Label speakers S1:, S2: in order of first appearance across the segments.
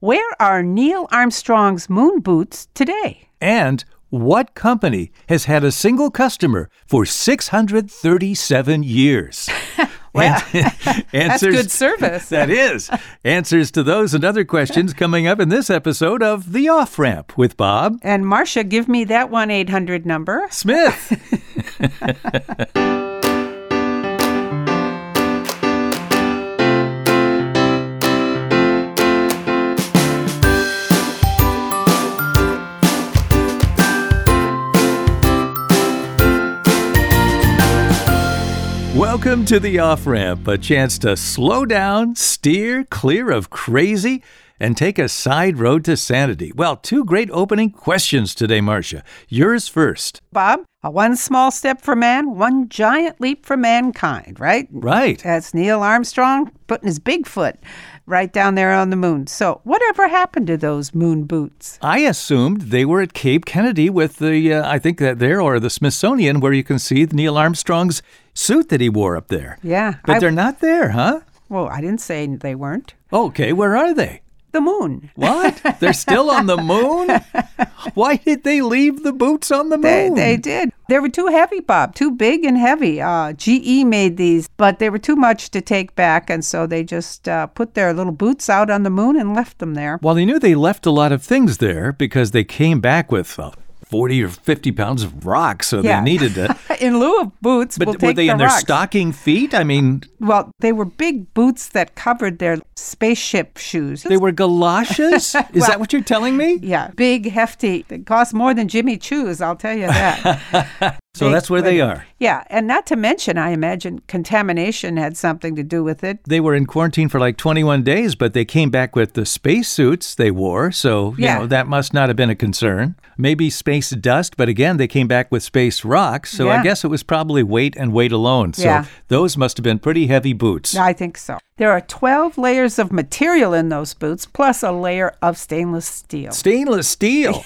S1: Where are Neil Armstrong's moon boots today?
S2: And what company has had a single customer for 637 years?
S1: Well,
S2: answers,
S1: That's good service.
S2: That is. Answers to those and other questions coming up in this episode of The Off Ramp with Bob
S1: And Marcia, give me that 1 800 number.
S2: Smith. Welcome to the off ramp, a chance to slow down, steer clear of crazy, and take a side road to sanity. Well, two great opening questions today, Marcia. Yours first.
S1: Bob, a one small step for man, one giant leap for mankind, right?
S2: Right.
S1: That's Neil Armstrong putting his big foot right down there on the moon. So, whatever happened to those moon boots?
S2: I assumed they were at Cape Kennedy with the, uh, I think that there, or the Smithsonian, where you can see Neil Armstrong's suit that he wore up there.
S1: Yeah.
S2: But
S1: I-
S2: they're not there, huh?
S1: Well, I didn't say they weren't.
S2: Okay, where are they?
S1: The moon.
S2: What? they're still on the moon? Why did they leave the boots on the
S1: They,
S2: moon?
S1: they did. They were too heavy, Bob, too big and heavy. Uh, GE made these, but they were too much to take back, and so they just uh, put their little boots out on the moon and left them there.
S2: Well, they knew they left a lot of things there because they came back with uh, 40 or 50 pounds of rock, so
S1: Yeah.
S2: they needed it.
S1: In lieu of boots,
S2: But
S1: we'll
S2: were
S1: take
S2: they
S1: the
S2: in their
S1: rocks.
S2: stocking feet? I mean,
S1: Well, they were big boots that covered their spaceship shoes.
S2: they were galoshes? Is that what you're telling me?
S1: yeah, big, hefty. They cost more than Jimmy Choo's, I'll tell you that.
S2: So
S1: Big
S2: that's where they
S1: women.
S2: are.
S1: yeah, and not to mention, I imagine contamination had something to do with it.
S2: they were in quarantine for like 21 days, but they came back with the spacesuits they wore. So, you
S1: Yeah.
S2: know, that must not have been a concern. Maybe space dust, but again, they came back with space rocks. So I
S1: Yeah.
S2: guess it was probably weight and weight alone. So
S1: Yeah.
S2: those must have been pretty heavy boots.
S1: I think so. There are 12 layers of material in those boots, plus a layer of stainless steel.
S2: Stainless steel.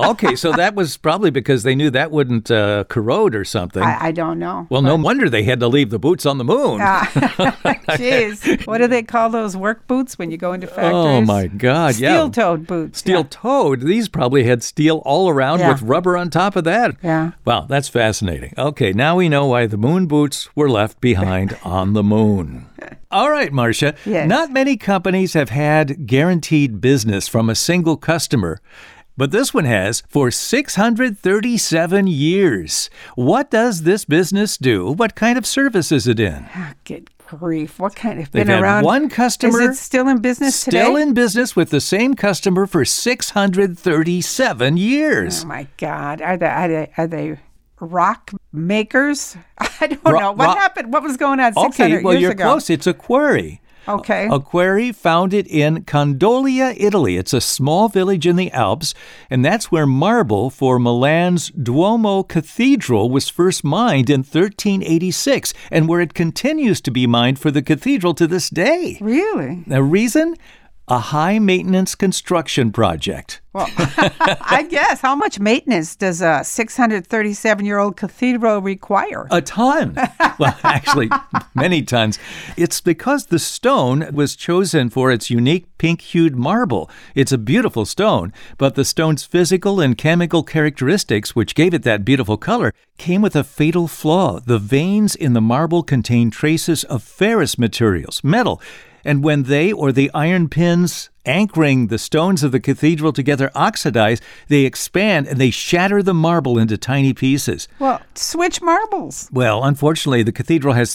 S2: okay, so that was probably because they knew that wouldn't uh, corrode or something.
S1: I, I don't know.
S2: well, no wonder they had to leave the boots on the moon.
S1: Ah, Jeez. What do they call those work boots when you go into factories?
S2: oh my God! yeah,
S1: Steel toed boots.
S2: steel toed. These probably had steel all around
S1: Yeah.
S2: with rubber on top of that.
S1: Yeah.
S2: Wow, that's fascinating. Okay, now we know why the moon boots were left behind on the moon. All right, Marcia.
S1: Yes.
S2: Not many companies have had guaranteed business from a single customer, but this one has for 637 years. What does this business do? What kind of service is it in?
S1: Yeah. Ah, good grief. What kind of
S2: They've
S1: been
S2: had
S1: around?
S2: one customer.
S1: Is it still in business today?
S2: Still in business with the same customer for 637 years.
S1: Oh my God. Are they, are they, are they rock makers? I don't
S2: Ro-
S1: know. What
S2: ro-
S1: happened? What was going on 600
S2: okay,
S1: Oh,
S2: well,
S1: years
S2: you're
S1: ago?
S2: close. Oh, It's a quarry.
S1: Okay.
S2: A quarry founded in Condolia, Italy. It's a small village in the Alps, and that's where marble for Milan's Duomo Cathedral was first mined in 1386, and where it continues to be mined for the cathedral to this day.
S1: Really?
S2: The reason? A high maintenance construction project.
S1: Well, I guess. How much maintenance does a 637 year old cathedral require?
S2: A ton. Well, actually, many tons. It's because the stone was chosen for its unique pink hued marble. It's a beautiful stone, but the stone's physical and chemical characteristics, which gave it that beautiful color, came with a fatal flaw. The veins in the marble contain traces of ferrous materials, metal. And when they or the iron pins anchoring the stones of the cathedral together oxidize, they expand and they shatter the marble into tiny pieces.
S1: well, switch marbles.
S2: Well, unfortunately, the cathedral has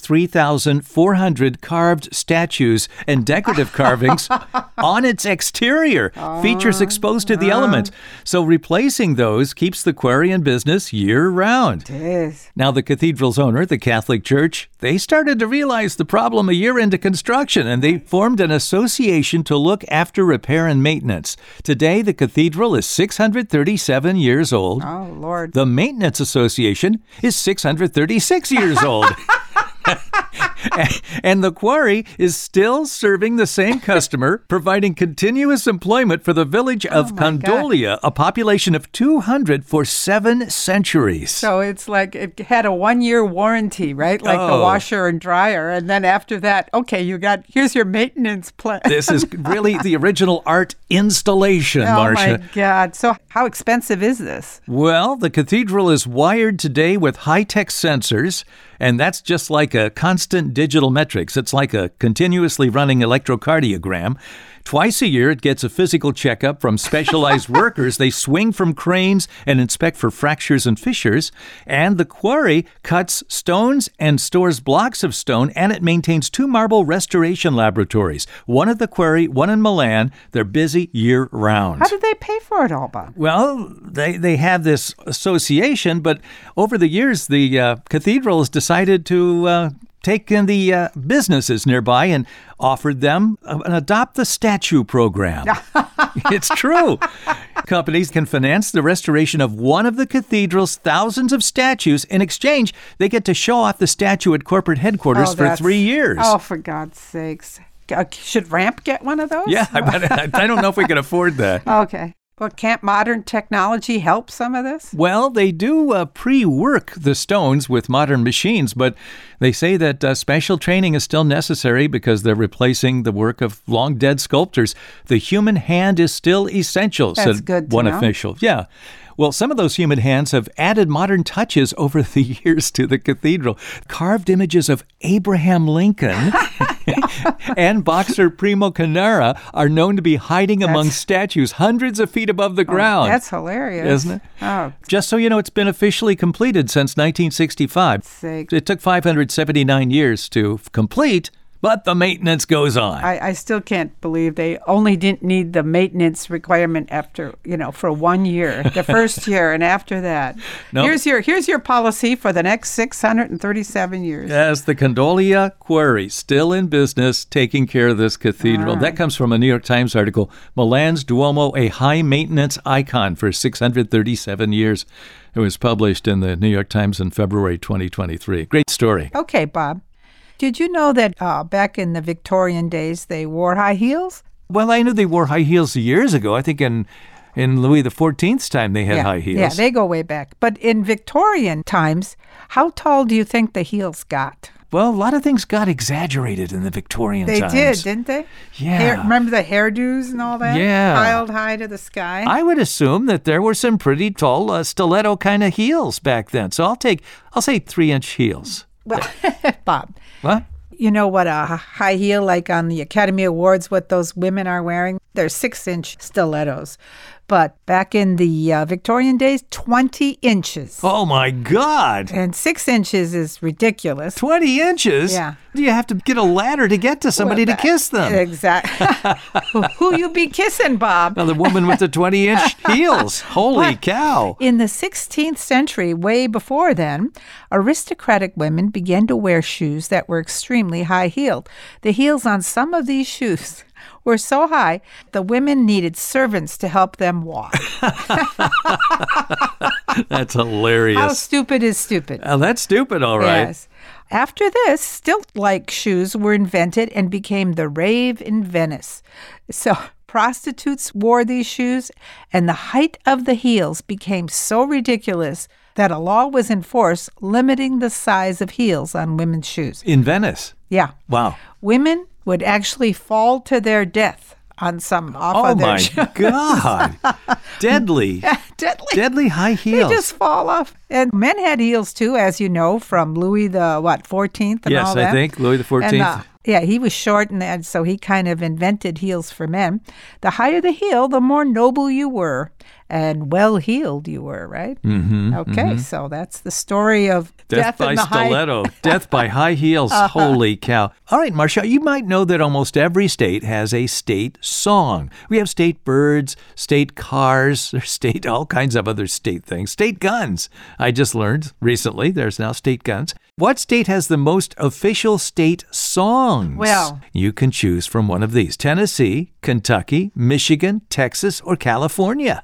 S2: 3,400 carved statues and decorative carvings on its exterior, features exposed to the elements. So replacing those keeps the quarry in business year round.
S1: Yes.
S2: Now, the cathedral's owner, the Catholic Church, they started to realize the problem a year into construction and they formed an association to look after repair and maintenance. Today, the cathedral is 637 years old.
S1: Oh, Lord.
S2: The Maintenance Association is 636 years old. and the quarry is still serving the same customer, providing continuous employment for the village
S1: Oh
S2: of Condolia, a population of 200 for seven centuries.
S1: So it's like it had a one year warranty, right? Like the
S2: Oh.
S1: washer and dryer. And then after that, okay, you got here's your maintenance plan.
S2: this is really the original art installation,
S1: oh
S2: Marcia.
S1: my God. So how expensive is this?
S2: Well, the cathedral is wired today with high tech sensors, and that's just like a constant digital metrics. It's like a continuously running electrocardiogram. Twice a year, it gets a physical checkup from specialized workers. They swing from cranes and inspect for fractures and fissures. And the quarry cuts stones and stores blocks of stone, and it maintains two marble restoration laboratories one at the quarry, one in Milan. They're busy year round.
S1: How did they pay for it all, Bob?
S2: Well, they, they have this association, but over the years, the uh, cathedral has decided to uh, take in the uh, businesses nearby and offered them a- an adopt the statue program. it's true. Companies can finance the restoration of one of the cathedral's thousands of statues. In exchange, they get to show off the statue at corporate headquarters
S1: Oh,
S2: for
S1: that's-
S2: three years.
S1: Oh, for God's sakes. Uh, Should Ramp get one of those?
S2: Yeah, but I don't know if we can afford that.
S1: Okay. Well, can't modern technology help some of this?
S2: Well, they do uh, pre work the stones with modern machines, but they say that uh, special training is still necessary because they're replacing the work of long dead sculptors. The human hand is still essential,
S1: That's
S2: said
S1: good to
S2: one
S1: know.
S2: official. Yeah. Well, some of those human hands have added modern touches over the years to the cathedral. Carved images of Abraham Lincoln and boxer Primo Canara are known to be hiding among statues hundreds of feet above the ground.
S1: Oh, That's hilarious.
S2: Oh, Isn't it?
S1: Oh,
S2: Just so you know, it's been officially completed since 1965.
S1: sake.
S2: It took 579 years to f- complete, but the maintenance goes on.
S1: I, I still can't believe they only didn't need the maintenance requirement after you know for one year, the first year, and after that,
S2: No.
S1: here's your here's your policy for the next 637 years.
S2: As the Condolia Quarry still in business, taking care of this cathedral.
S1: Ah.
S2: That comes from a New York Times article. Milan's Duomo, a high maintenance icon for 637 years. It was published in the New York Times in February 2023. Great story.
S1: Okay, Bob, did you know that uh, back in the Victorian days they wore high heels?
S2: Well, I knew they wore high heels years ago. I think in in Louis XIV's time they had high heels.
S1: yeah, they go way back. But in Victorian times, how tall do you think the heels got?
S2: Well, a lot of things got exaggerated in the Victorian
S1: They
S2: times.
S1: did, didn't they?
S2: Yeah.
S1: Hair- remember the hairdos and all that?
S2: Yeah.
S1: Piled high to the sky.
S2: I would assume that there were some pretty tall uh, stiletto kind of heels back then. So I'll take, I'll say three inch heels.
S1: well, Bob,
S2: What?
S1: You know what a h- high heel like on the Academy Awards, what those women are wearing? They're six inch stilettos. But back in the uh, Victorian days, 20 inches.
S2: Oh my God.
S1: And six inches is ridiculous.
S2: 20 inches?
S1: Yeah. uh,
S2: You have to get a ladder to get to somebody to kiss them.
S1: Exactly. Who you be kissing, Bob?
S2: Now, the woman with the 20 inch heels. Holy cow.
S1: In the 16th century, way before then, aristocratic women began to wear shoes that were extremely high heeled. The heels on some of these shoes were so high, the women needed servants to help them walk.
S2: That's
S1: How
S2: hilarious.
S1: stupid is stupid?
S2: Now, that's stupid, all right.
S1: Yes. After this, stilt like shoes were invented and became the rave in Venice. So prostitutes wore these shoes, and the height of the heels became so ridiculous that a law was in force limiting the size of heels on women's shoes.
S2: In Venice.
S1: Yeah.
S2: Wow.
S1: Women would actually fall to their death on some off
S2: Oh
S1: of their
S2: my
S1: shoes.
S2: God. Deadly.
S1: Deadly.
S2: Deadly high heels.
S1: They just fall off. And men had heels too, as you know, from Louis the what, fourteenth and
S2: Yes,
S1: all
S2: I
S1: that.
S2: think, Louis the
S1: And,
S2: 14th.
S1: uh, yeah, he was short and that, so he kind of invented heels for men. The higher the heel, the more noble you were and well heeled you were, right? Mm-hmm, okay, so that's the story of
S2: Death,
S1: death,
S2: by
S1: in the high Uh-huh.
S2: stiletto, death by high heels. Holy cow. All right, Marcia, you might know that almost every state has a state song. We have state birds, state cars, there's state, all kinds of other state things, state guns. I just learned recently there's now state guns. What state has the most official state songs?
S1: Well-
S2: you can choose from one of these Tennessee, Kentucky, Michigan, Texas, or California.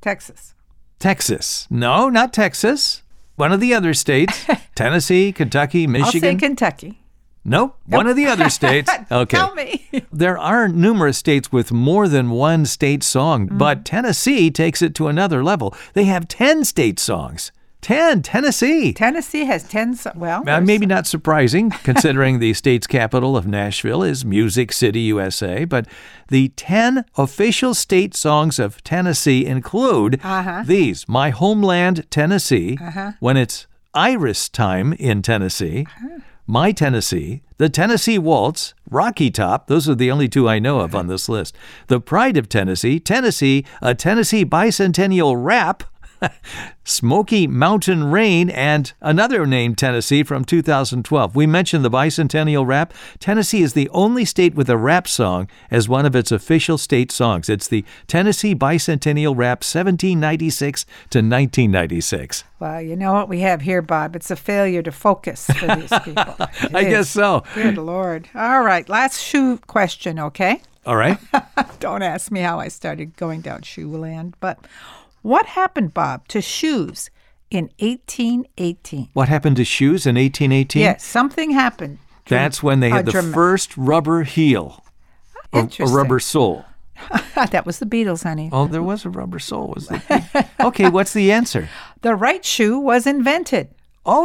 S1: Texas.
S2: Texas. No, not Texas. One of the other states. Tennessee, Kentucky, Michigan?
S1: I'll say Kentucky.
S2: Nope, one of the other states. Okay.
S1: Tell me.
S2: There are numerous states with more than one state song,
S1: Mm.
S2: but Tennessee takes it to another level. They have 10 state songs. 10, Tennessee.
S1: Tennessee has 10. So- well,
S2: Uh, maybe not surprising, considering the state's capital of Nashville is Music City, USA. But the 10 official state songs of Tennessee include these My Homeland, Tennessee, when it's Iris time in Tennessee, My Tennessee, the Tennessee Waltz, Rocky Top. Those are the only two I know of on this list. The Pride of Tennessee, Tennessee, a Tennessee Bicentennial Rap. Smoky Mountain Rain and another name, Tennessee, from 2012. We mentioned the bicentennial rap. Tennessee is the only state with a rap song as one of its official state songs. It's the Tennessee Bicentennial Rap 1796 to 1996.
S1: well, you know what we have here, Bob? It's a failure to focus for these people. It
S2: I
S1: is.
S2: guess so.
S1: Good Lord. All right, last shoe question, okay?
S2: All right.
S1: Don't ask me how I started going down shoe land, but what happened, Bob, to shoes in 1818?
S2: What happened to shoes in 1818?
S1: Yes, something happened.
S2: That's when they
S1: A
S2: had the
S1: drama-
S2: first rubber heel, a, a
S1: Interesting.
S2: rubber sole.
S1: that was the Beatles, honey.
S2: Oh, there was a rubber sole. Was the okay? What's the answer?
S1: The right shoe was invented.
S2: Oh,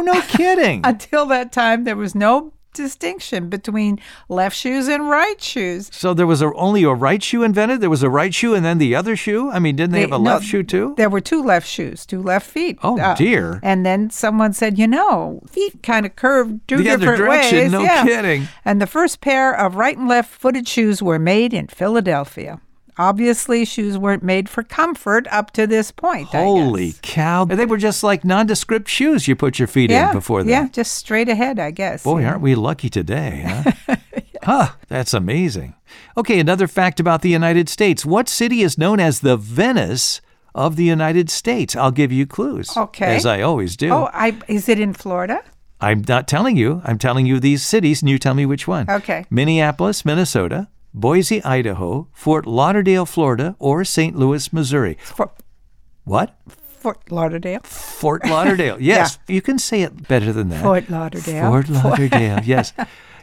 S2: no kidding.
S1: Until that time, there was no distinction between left shoes and right shoes.
S2: So there was a, only a right shoe invented. There was a right shoe and then the other shoe. I mean, didn't they, have a
S1: no,
S2: left shoe too?
S1: There were two left shoes, two left feet. uh,
S2: Oh, dear.
S1: And then someone said, you know, feet kind of curved two
S2: The other
S1: different
S2: direction,
S1: ways.
S2: no
S1: Yeah.
S2: kidding.
S1: And the first pair of right and left footed shoes were made in Philadelphia. Obviously, shoes weren't made for comfort up to this point. I
S2: Holy
S1: guess.
S2: cow! They were just like nondescript shoes you put your feet
S1: Yeah,
S2: in before that.
S1: yeah, just straight ahead, I guess.
S2: Boy, aren't we lucky today, huh? Huh, that's amazing. Okay, another fact about the United States. What city is known as the Venice of the United States? I'll give you clues.
S1: Okay.
S2: As I always do.
S1: Oh, I, is it in Florida?
S2: I'm not telling you. I'm telling you these cities, and you tell me which one.
S1: Okay.
S2: Minneapolis, Minnesota, Boise, Idaho, Fort Lauderdale, Florida, or St. Louis, Missouri.
S1: For,
S2: What?
S1: Fort Lauderdale.
S2: Fort Lauderdale. Yes. You can say it better than that.
S1: Fort Lauderdale.
S2: Fort Lauderdale. yes.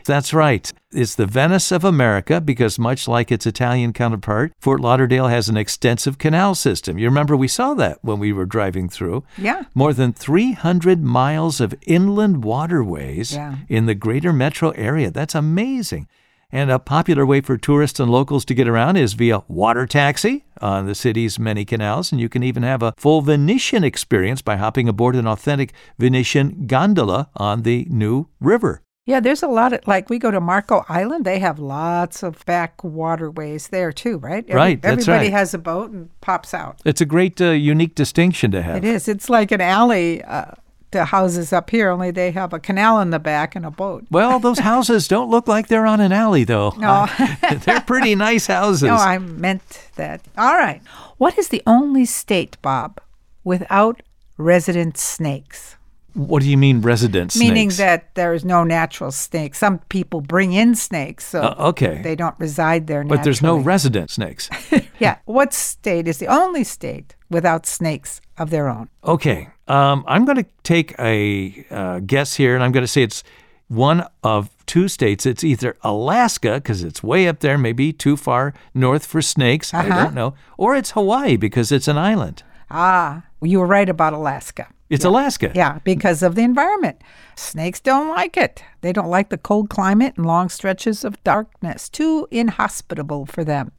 S2: That's right. It's the Venice of America because, much like its Italian counterpart, Fort Lauderdale has an extensive canal system. You remember we saw that when we were driving through.
S1: Yeah.
S2: More than 300 miles of inland waterways
S1: Yeah.
S2: in the greater metro area. That's amazing. And a popular way for tourists and locals to get around is via water taxi on the city's many canals. And you can even have a full Venetian experience by hopping aboard an authentic Venetian gondola on the new river.
S1: Yeah, there's a lot of like we go to Marco Island. They have lots of back waterways there too, right?
S2: Right, that's
S1: Everybody
S2: right.
S1: has a boat and pops out.
S2: It's a great, uh, unique distinction to have.
S1: It is. It's like an alley uh, to houses up here, only they have a canal in the back and a boat.
S2: Well, those houses don't look like they're on an alley, though.
S1: No.
S2: they're pretty nice houses.
S1: No, I meant that. All right. What is the only state, Bob, without resident snakes?
S2: What do you mean, resident snakes?
S1: Meaning that there is no natural snake. Some people bring in snakes, so
S2: Uh, okay.
S1: they don't reside there.
S2: But there's no
S1: naturally.
S2: resident snakes.
S1: Yeah. What state is the only state without snakes of their own?
S2: Okay. Um, I'm going to take a uh, guess here, and I'm going to say it's one of two states. It's either Alaska, because it's way up there, maybe too far north for snakes.
S1: Uh-huh.
S2: I don't know. Or it's Hawaii, because it's an island.
S1: Ah, you were right about Alaska.
S2: It's Alaska.
S1: Yeah, because of the environment. Snakes don't like it. They don't like the cold climate and long stretches of darkness, too inhospitable for them.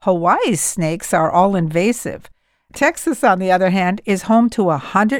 S1: Hawaii's snakes are all invasive. Texas, on the other hand, is home to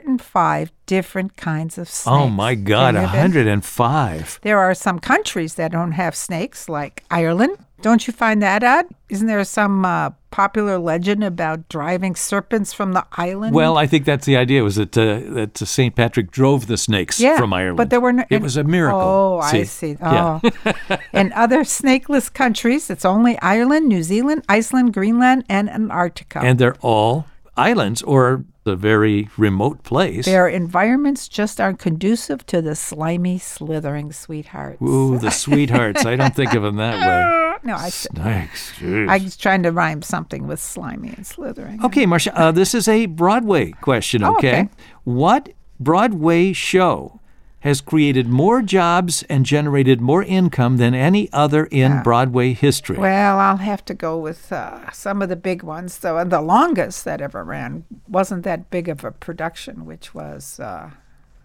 S1: 105 different kinds of snakes.
S2: Oh, my God,
S1: Can you imagine?
S2: 105.
S1: There are some countries that don't have snakes, like Ireland. Don't you find that odd? Isn't there some uh, popular legend about driving serpents from the island?
S2: Well, I think that's the idea was that uh, that uh, St. Patrick drove the snakes
S1: yeah,
S2: from Ireland.
S1: but there were no,
S2: It
S1: and-
S2: was a miracle.
S1: Oh, I see.
S2: Yeah.
S1: Oh, in other snakeless countries, it's only Ireland, New Zealand, Iceland, Greenland, and Antarctica.
S2: And they're all islands or a very remote place.
S1: their environments just aren't conducive to the slimy, slithering sweethearts.
S2: Ooh, the sweethearts. I don't think of them that way.
S1: No, I,
S2: Snakes. jeez.
S1: I was trying to rhyme something with slimy and slithering.
S2: okay, Marcia, uh, this is a Broadway question,
S1: Oh,
S2: okay?
S1: okay.
S2: What Broadway show has created more jobs and generated more income than any other in Broadway history.
S1: Well, I'll have to go with uh, some of the big ones, though. And the longest that ever ran wasn't that big of a production, which was, uh,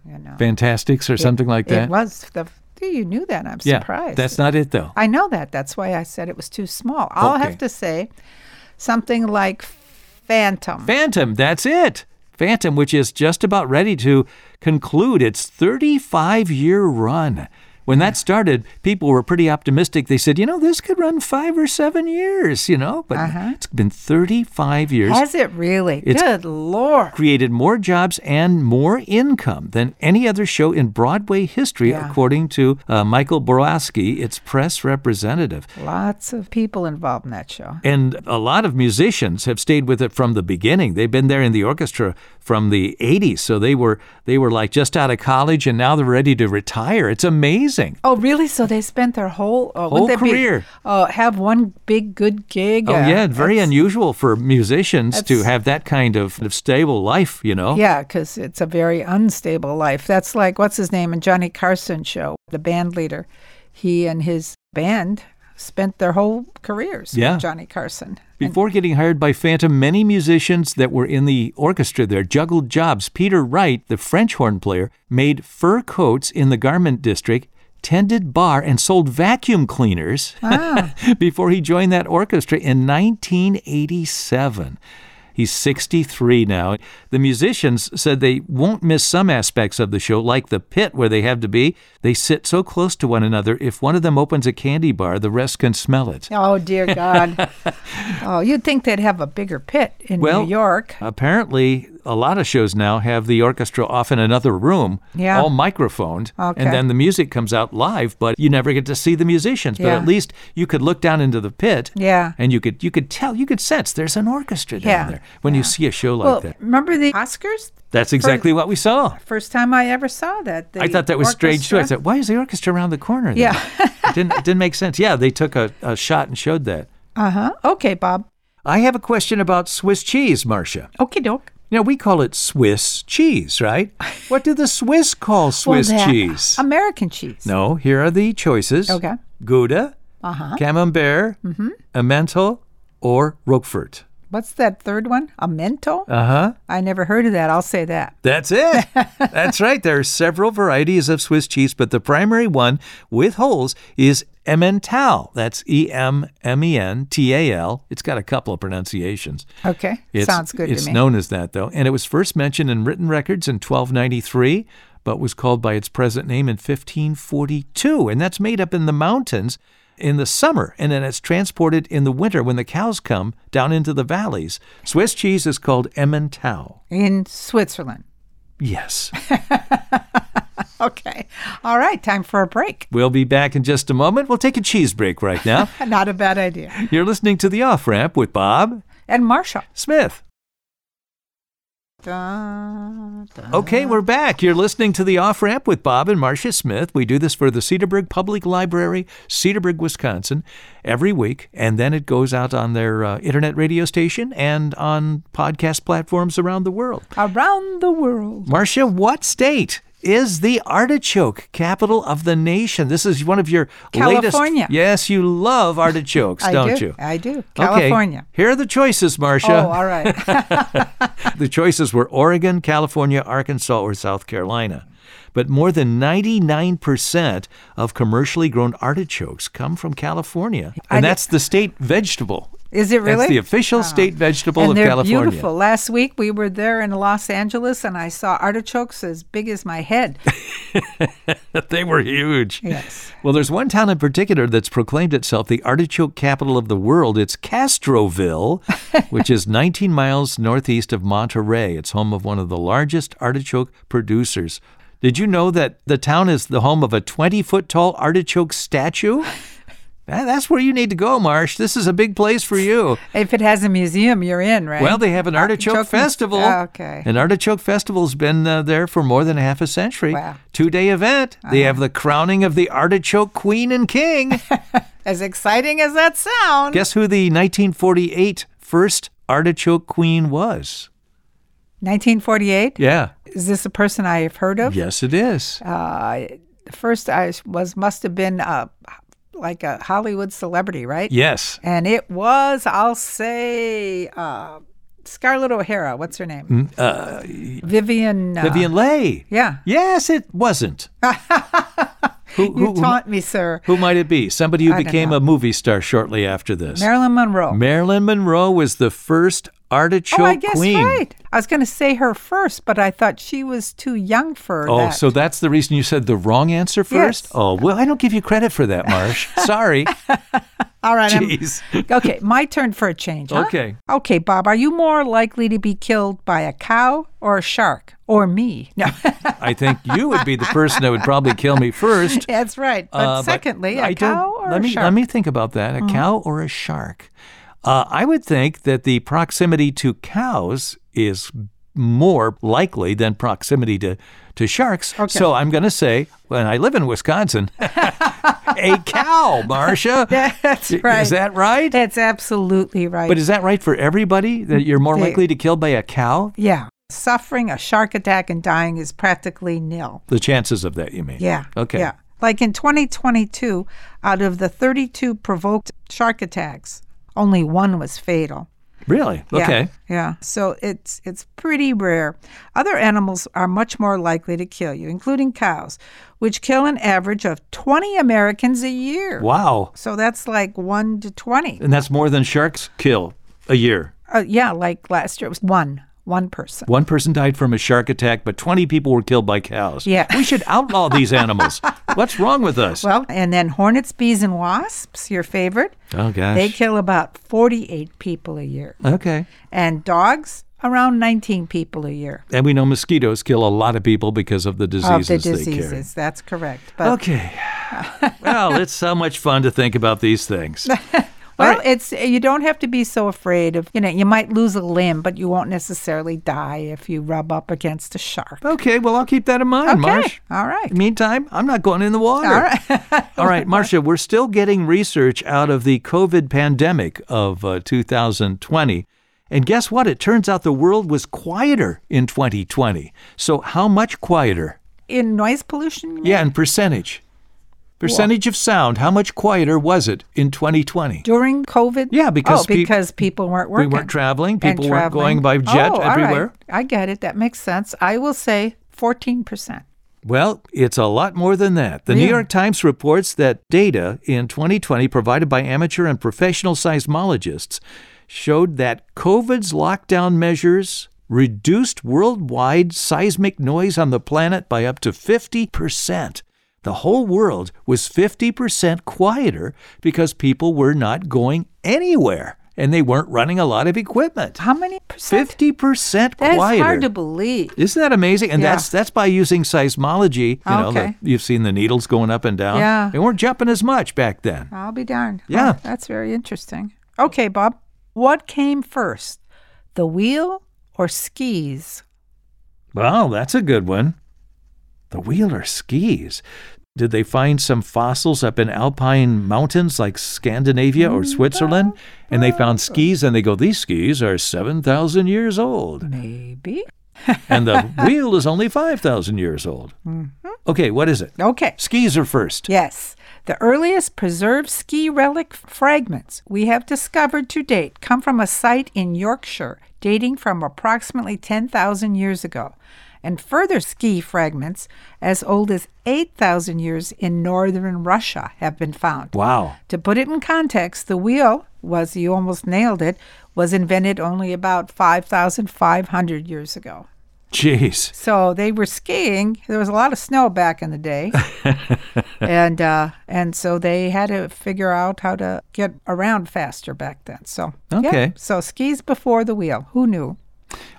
S1: you know,
S2: Fantastics or something like that.
S1: it was the. You knew that. I'm
S2: yeah,
S1: surprised.
S2: that's not it though.
S1: I know that. That's why I said it was too small. I'll
S2: Okay.
S1: have to say something like Phantom.
S2: Phantom, that's it. Phantom, which is just about ready to conclude its 35 year run. When that started, people were pretty optimistic. They said, you know, this could run five or seven years, you know, but it's been 35 years.
S1: Uh-huh. Has it really?
S2: It's-
S1: Good Lord.
S2: created more jobs and more income than any other show in Broadway history,
S1: Yeah.
S2: according to uh, Michael Borowski, its press representative.
S1: Lots of people involved in that show.
S2: And a lot of musicians have stayed with it from the beginning. They've been there in the orchestra from the 80s, so they were they were like just out of college and now they're ready to retire. It's amazing.
S1: Oh, really? So they spent their whole oh,
S2: Whole
S1: wouldn't that be-
S2: career.
S1: oh, have one big good gig. uh,
S2: Oh yeah, very
S1: that's-
S2: unusual for musicians to
S1: that's-
S2: have that kind of, of stable life, you know.
S1: Yeah, because it's a very unstable life. That's like what's his name in Johnny Carson show, the band leader. He and his band spent their whole careers
S2: Yeah.
S1: with Johnny Carson.
S2: Before getting hired by Phantom, many musicians that were in the orchestra there juggled jobs. Peter Wright, the French horn player, made fur coats in the garment district, tended bar, and sold vacuum cleaners
S1: Ah,
S2: before he joined that orchestra in 1987. He's 63 now. The musicians said they won't miss some aspects of the show, like the pit where they have to be. They sit so close to one another, if one of them opens a candy bar, the rest can smell it.
S1: Oh dear God! oh, you'd think they'd have a bigger pit in
S2: Well,
S1: New York.
S2: Apparently, a lot of shows now have the orchestra off in another room,
S1: Yeah.
S2: all microphoned,
S1: Okay.
S2: and then the music comes out live, but you never get to see the musicians. But
S1: Yeah.
S2: at least you could look down into the pit,
S1: Yeah.
S2: and you could you could tell, you could sense there's an orchestra down
S1: Yeah.
S2: there when you see a show like
S1: well,
S2: that.
S1: remember the Oscars?
S2: That's exactly what we saw.
S1: First time I ever saw that.
S2: I
S1: the
S2: thought that was strange too. I
S1: orchestra.
S2: said, "Why is the orchestra around the corner?" there?"
S1: Yeah.
S2: it didn't it didn't make sense. Yeah, they took a, a shot and showed that.
S1: Uh huh. Okay, Bob.
S2: I have a question about Swiss cheese, Marcia.
S1: Okay, doke.
S2: You know, we call it Swiss cheese, right? What do the Swiss call Swiss
S1: that-
S2: cheese?
S1: American cheese.
S2: no, here are the choices.
S1: Okay. Mm-hmm.
S2: Gouda,
S1: Uh huh.
S2: Camembert, Emmental, or Roquefort.
S1: What's that third one? A mento?
S2: Uh-huh.
S1: I never heard of that. I'll say that.
S2: That's it. That's right. There are several varieties of Swiss cheese, but the primary one with holes is Emmental. That's E M M E N T A L. It's got a couple of pronunciations.
S1: Okay.
S2: It's-
S1: Sounds good
S2: It's
S1: to me.
S2: known as that, though, and it was first mentioned in written records in 1293, but was called by its present name in 1542, and that's made up in the mountains in the summer, and then it's transported in the winter when the cows come down into the valleys. Swiss cheese is called Emmental.
S1: In Switzerland.
S2: Yes.
S1: Okay. All right. Time for a break.
S2: We'll be back in just a moment. We'll take a cheese break right now.
S1: Not a bad idea.
S2: You're listening to The Off Ramp with Bob
S1: And Marsha.
S2: Smith.
S1: Da, da.
S2: Okay, we're back. You're listening to The Off Ramp with Bob and Marcia Smith. We do this for the Cedarburg Public Library, Cedarburg, Wisconsin, every week, and then it goes out on their uh, internet radio station and on podcast platforms around the world.
S1: Around the world.
S2: Marcia, what state is the artichoke capital of the nation? This is one of your
S1: California.
S2: latest. Yes, you love artichokes,
S1: I
S2: don't
S1: do.
S2: you?
S1: I do.
S2: Okay,
S1: California.
S2: here are the choices, Marcia.
S1: Oh, all right.
S2: The choices were Oregon, California, Arkansas, or South Carolina. But more than 99% of commercially grown artichokes come from California.
S1: I
S2: And
S1: di-
S2: that's the state vegetable.
S1: Is it really?
S2: That's the official state vegetable
S1: and
S2: of
S1: they're
S2: California.
S1: beautiful. Last week we were there in Los Angeles, and I saw artichokes as big as my head.
S2: they were huge.
S1: Yes.
S2: Well, there's one town in particular that's proclaimed itself the artichoke capital of the world. It's Castroville, which is 19 miles northeast of Monterey. It's home of one of the largest artichoke producers. Did you know that the town is the home of a 20 foot tall artichoke statue? That- That's where you need to go, Marsh. This is a big place for you.
S1: If it has a museum, you're in, right? Uh,
S2: Well, they have an artichoke,
S1: Artichoke- oh,
S2: festival.
S1: Okay.
S2: An artichoke festival's been uh, there for more than half a century.
S1: Wow. Uh-huh.
S2: Two day event. They have the crowning of the artichoke queen and king.
S1: as exciting as that sounds.
S2: Guess who the 1948 first artichoke queen was?
S1: 1948?
S2: Yeah.
S1: Is this a person I have heard of?
S2: Yes, it is.
S1: Uh, first I was must have been uh, like a Hollywood celebrity, right?
S2: Yes.
S1: And it was, I'll say, uh, Scarlett O'Hara. What's her name?
S2: Mm, Uh,
S1: Vivian. Uh,
S2: Vivian Leigh.
S1: Yeah.
S2: Yes, it wasn't. who,
S1: You
S2: who,
S1: taunt me, sir.
S2: who might it be? Somebody who
S1: I don't
S2: became
S1: know.
S2: a movie star shortly after this.
S1: Marilyn Monroe.
S2: Marilyn Monroe was the first artichoke
S1: oh, I guess
S2: queen.
S1: right. I was going to say her first, but I thought she was too young for
S2: Oh,
S1: that.
S2: so that's the reason you said the wrong answer first?
S1: Yes.
S2: Oh, well, I don't give you credit for that, Marsh. Sorry.
S1: all right. I'm-
S2: Jeez.
S1: okay, my turn for a change. huh?
S2: Okay.
S1: Okay, Bob. Are you more likely to be killed by a cow or a shark or me? No,
S2: I think you would be the person that would probably kill me first.
S1: that's right. But
S2: Uh,
S1: secondly, a
S2: I don't-
S1: cow or
S2: let
S1: a
S2: me,
S1: shark. Mm-hmm.
S2: Let me think about that. A cow or a shark? Uh, I would think that the proximity to cows is more likely than proximity to, to sharks. So I'm going to say, when I live in Wisconsin, a cow, Marcia.
S1: That's right.
S2: Is that right?
S1: That's absolutely right.
S2: But is that right for everybody that you're more likely to kill by a cow?
S1: yeah. Suffering a shark attack and dying is practically nil.
S2: The chances of that, you mean?
S1: Yeah.
S2: Okay.
S1: Yeah. Like in 2022, out of the 32 provoked shark attacks, only one was fatal.
S2: Really?
S1: Yeah,
S2: Okay.
S1: Yeah. So it's it's pretty rare. Other animals are much more likely to kill you, including cows, which kill an average of 20 Americans a year.
S2: Wow.
S1: So that's like 1 to 20.
S2: And that's more than sharks kill a year.
S1: Uh, yeah, like last year it was one, one person.
S2: One person died from a shark attack, but 20 people were killed by cows.
S1: Yeah.
S2: We should outlaw these animals. What's wrong with us?
S1: Well, and then hornets, bees, and wasps, your favorite.
S2: oh, gosh.
S1: They kill about 48 people a year.
S2: okay.
S1: And dogs, around 19 people a year.
S2: And we know mosquitoes kill a lot of people because of the
S1: Of
S2: diseases,
S1: the
S2: they carry.
S1: diseases. That's correct. But
S2: Okay. well, it's so much fun to think about these things.
S1: well,
S2: right.
S1: it's you don't have to be so afraid of you know, you might lose a limb, but you won't necessarily die if you rub up against a shark.
S2: Okay, well, I'll keep that in mind,
S1: Okay.
S2: Marsh.
S1: All right.
S2: Meantime, I'm not going in the water.
S1: All right.
S2: All right, Marcia, we're still getting research out of the COVID pandemic of uh, 2020. And guess what? It turns out the world was quieter in 2020. So, how much quieter?
S1: In noise pollution? you mean?
S2: Yeah, in percentage. Percentage of sound, how much quieter was it in 2020?
S1: During COVID?
S2: Yeah, because
S1: oh,
S2: pe-
S1: because people weren't working.
S2: We weren't traveling,
S1: and
S2: people weren't
S1: traveling.
S2: going by jet
S1: Oh, all right.
S2: everywhere.
S1: I get it. That makes sense. I will say 14%.
S2: Well, it's a lot more than that. The New
S1: Yeah.
S2: York Times reports that data in 2020 provided by amateur and professional seismologists showed that COVID's lockdown measures reduced worldwide seismic noise on the planet by up to 50%. The whole world was 50% quieter because people were not going anywhere and they weren't running a lot of equipment.
S1: How many percent?
S2: 50%
S1: That's
S2: quieter.
S1: hard to believe.
S2: Isn't that amazing? And
S1: Yeah. Oh,
S2: that's that's by using seismology. You know,
S1: Okay.
S2: the- you've seen the needles going up and down.
S1: Yeah.
S2: They weren't jumping as much back then.
S1: I'll be darned.
S2: Yeah.
S1: Oh, that's very interesting. Okay, Bob. What came first, the wheel or skis?
S2: Well, that's a good one. The wheeler skis. Did they find some fossils up in alpine mountains like Scandinavia
S1: Mm,
S2: or Switzerland? And they
S1: oh.
S2: found skis and they go, these skis are 7,000 years old.
S1: Maybe.
S2: And the wheel is only 5,000 years old. Okay, what is it?
S1: Hmm. Okay.
S2: Skis are first.
S1: Yes. The earliest preserved ski relic fragments we have discovered to date come from a site in Yorkshire dating from approximately 10,000 years ago, and further ski fragments as old as 8,000 years in northern Russia have been found.
S2: Wow.
S1: To put it in context, the wheel was, you almost nailed it, was invented only about 5,500 years ago.
S2: Jeez.
S1: So they were skiing. There was a lot of snow back in the day. and uh, and so they had to figure out how to get around faster back then. So yeah.
S2: Okay.
S1: So skis before the wheel. Who knew?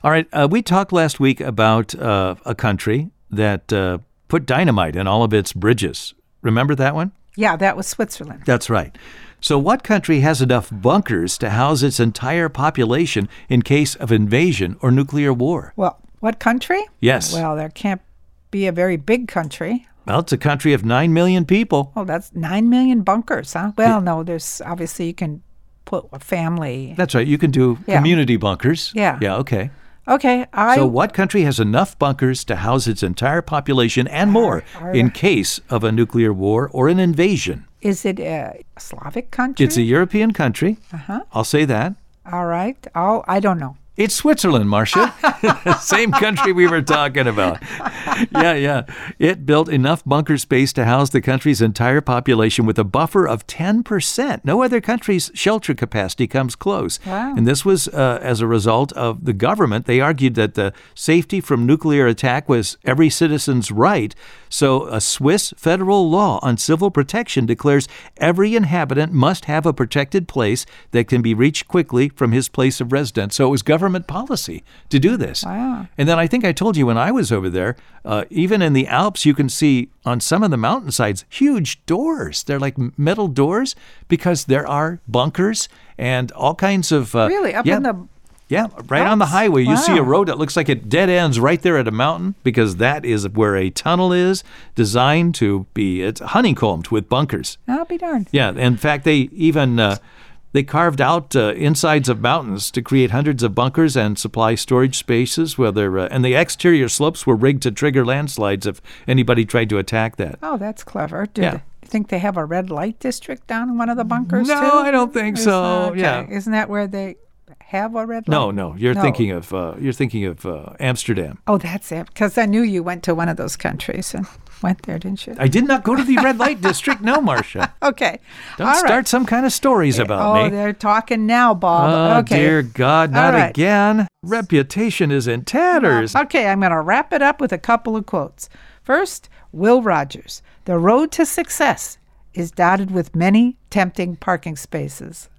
S2: All right. Uh, we talked last week about uh, a country that uh, put dynamite in all of its bridges. Remember that one?
S1: Yeah, that was Switzerland.
S2: That's right. So, what country has enough bunkers to house its entire population in case of invasion or nuclear war?
S1: Well, what country?
S2: Yes. Well,
S1: Well, there can't be a very big country.
S2: it's a country of 9 million people.
S1: Oh, that's 9 million bunkers, huh? Well, no, there's obviously you can put a family.
S2: That's right. You can do
S1: Yeah.
S2: community bunkers.
S1: Yeah.
S2: Yeah. Okay.
S1: Okay, I
S2: So, what country has enough bunkers to house its entire population and more in case of a nuclear war or an invasion?
S1: is it a Slavic country?
S2: It's a European country. Uh-huh. I'll say that.
S1: All right. Oh, I don't know.
S2: It's Switzerland, Marcia. Same country we were talking about. Yeah, yeah. It built enough bunker space to house the country's entire population with a buffer of 10%. No other country's shelter capacity comes close.
S1: Wow.
S2: And this was uh, as a result of the government. They argued that the safety from nuclear attack was every citizen's right. So a Swiss federal law on civil protection declares every inhabitant must have a protected place that can be reached quickly from his place of residence. So it was government policy to do this.
S1: Wow.
S2: And then I think I told you when I was over there, uh, even in the Alps, you can see on some of the mountainsides huge doors. They're like metal doors because there are bunkers and all kinds of. Uh,
S1: Really? Up
S2: yeah,
S1: in the
S2: Yeah, right on the
S1: Alps?
S2: highway. You see a
S1: Wow.
S2: road that looks like it dead ends right there at a mountain because that is where a tunnel is designed to be. It's honeycombed with bunkers.
S1: I'll be darned.
S2: Yeah, in fact, they even uh, they carved out uh, insides of mountains to create hundreds of bunkers and supply storage spaces. Whether uh, and the exterior slopes were rigged to trigger landslides if anybody tried to attack that.
S1: Oh, that's clever. Do
S2: Yeah.
S1: they you think they have a red light district down in one of the bunkers
S2: No,
S1: too?
S2: I don't think
S1: Is-
S2: so. Yeah.
S1: Isn't that where they have a red light?
S2: No, no, you're thinking of uh, you're thinking of uh, Amsterdam.
S1: Oh, that's it. Because I knew you went to one of those countries and went there, didn't you?
S2: I did not go to the red light district. No, Marcia,
S1: Okay.
S2: don't
S1: All right.
S2: start some kind of stories about
S1: oh,
S2: me.
S1: they're talking now, Bob.
S2: Oh
S1: okay.
S2: dear God,
S1: All
S2: not
S1: right.
S2: again! Reputation is in tatters.
S1: Okay, I'm going to wrap it up with a couple of quotes. First, Will Rogers The road to success is dotted with many tempting parking spaces.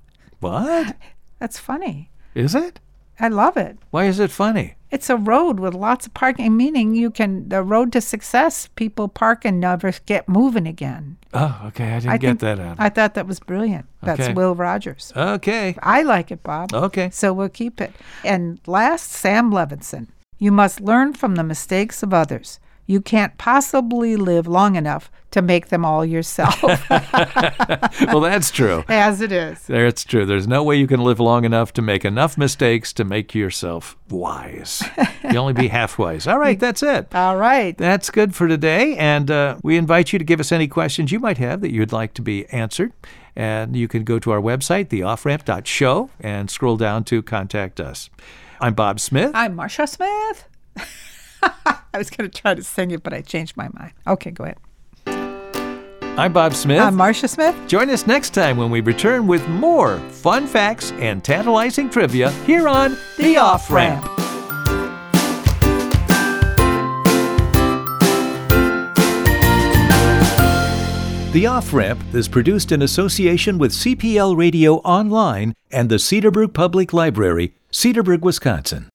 S2: What
S1: That's funny.
S2: is it?
S1: I love it.
S2: Why is it funny?
S1: It's a road with lots of parking, meaning you can, the road to success, people park and never get moving again.
S2: Oh, okay. I didn't
S1: I
S2: get
S1: think-
S2: that out.
S1: I thought that was brilliant. That's
S2: Okay. Oh.
S1: Will Rogers.
S2: okay.
S1: I like it, Bob.
S2: Okay.
S1: So we'll keep it. And last, Sam Levinson. You must learn from the mistakes of others. You can't possibly live long enough to make them all yourself,
S2: Well, that's true.
S1: as it is.
S2: That's true. There's no way you can live long enough to make enough mistakes to make yourself wise. You only be half wise. All right, that's it.
S1: All right.
S2: That's good for today. And uh, we invite you to give us any questions you might have that you'd like to be answered. And you can go to our website, theofframp.show, and scroll down to contact us. I'm Bob Smith.
S1: I'm Marsha Smith. I was going to try to sing it, but I changed my mind. Okay, go ahead.
S2: I'm Bob Smith.
S1: I'm Marsha Smith.
S2: Join us next time when we return with more fun facts and tantalizing trivia here on The Off Ramp. The Off Ramp is produced in association with CPL Radio Online and the Cedarbrook Public Library, Cedarbrook, Wisconsin.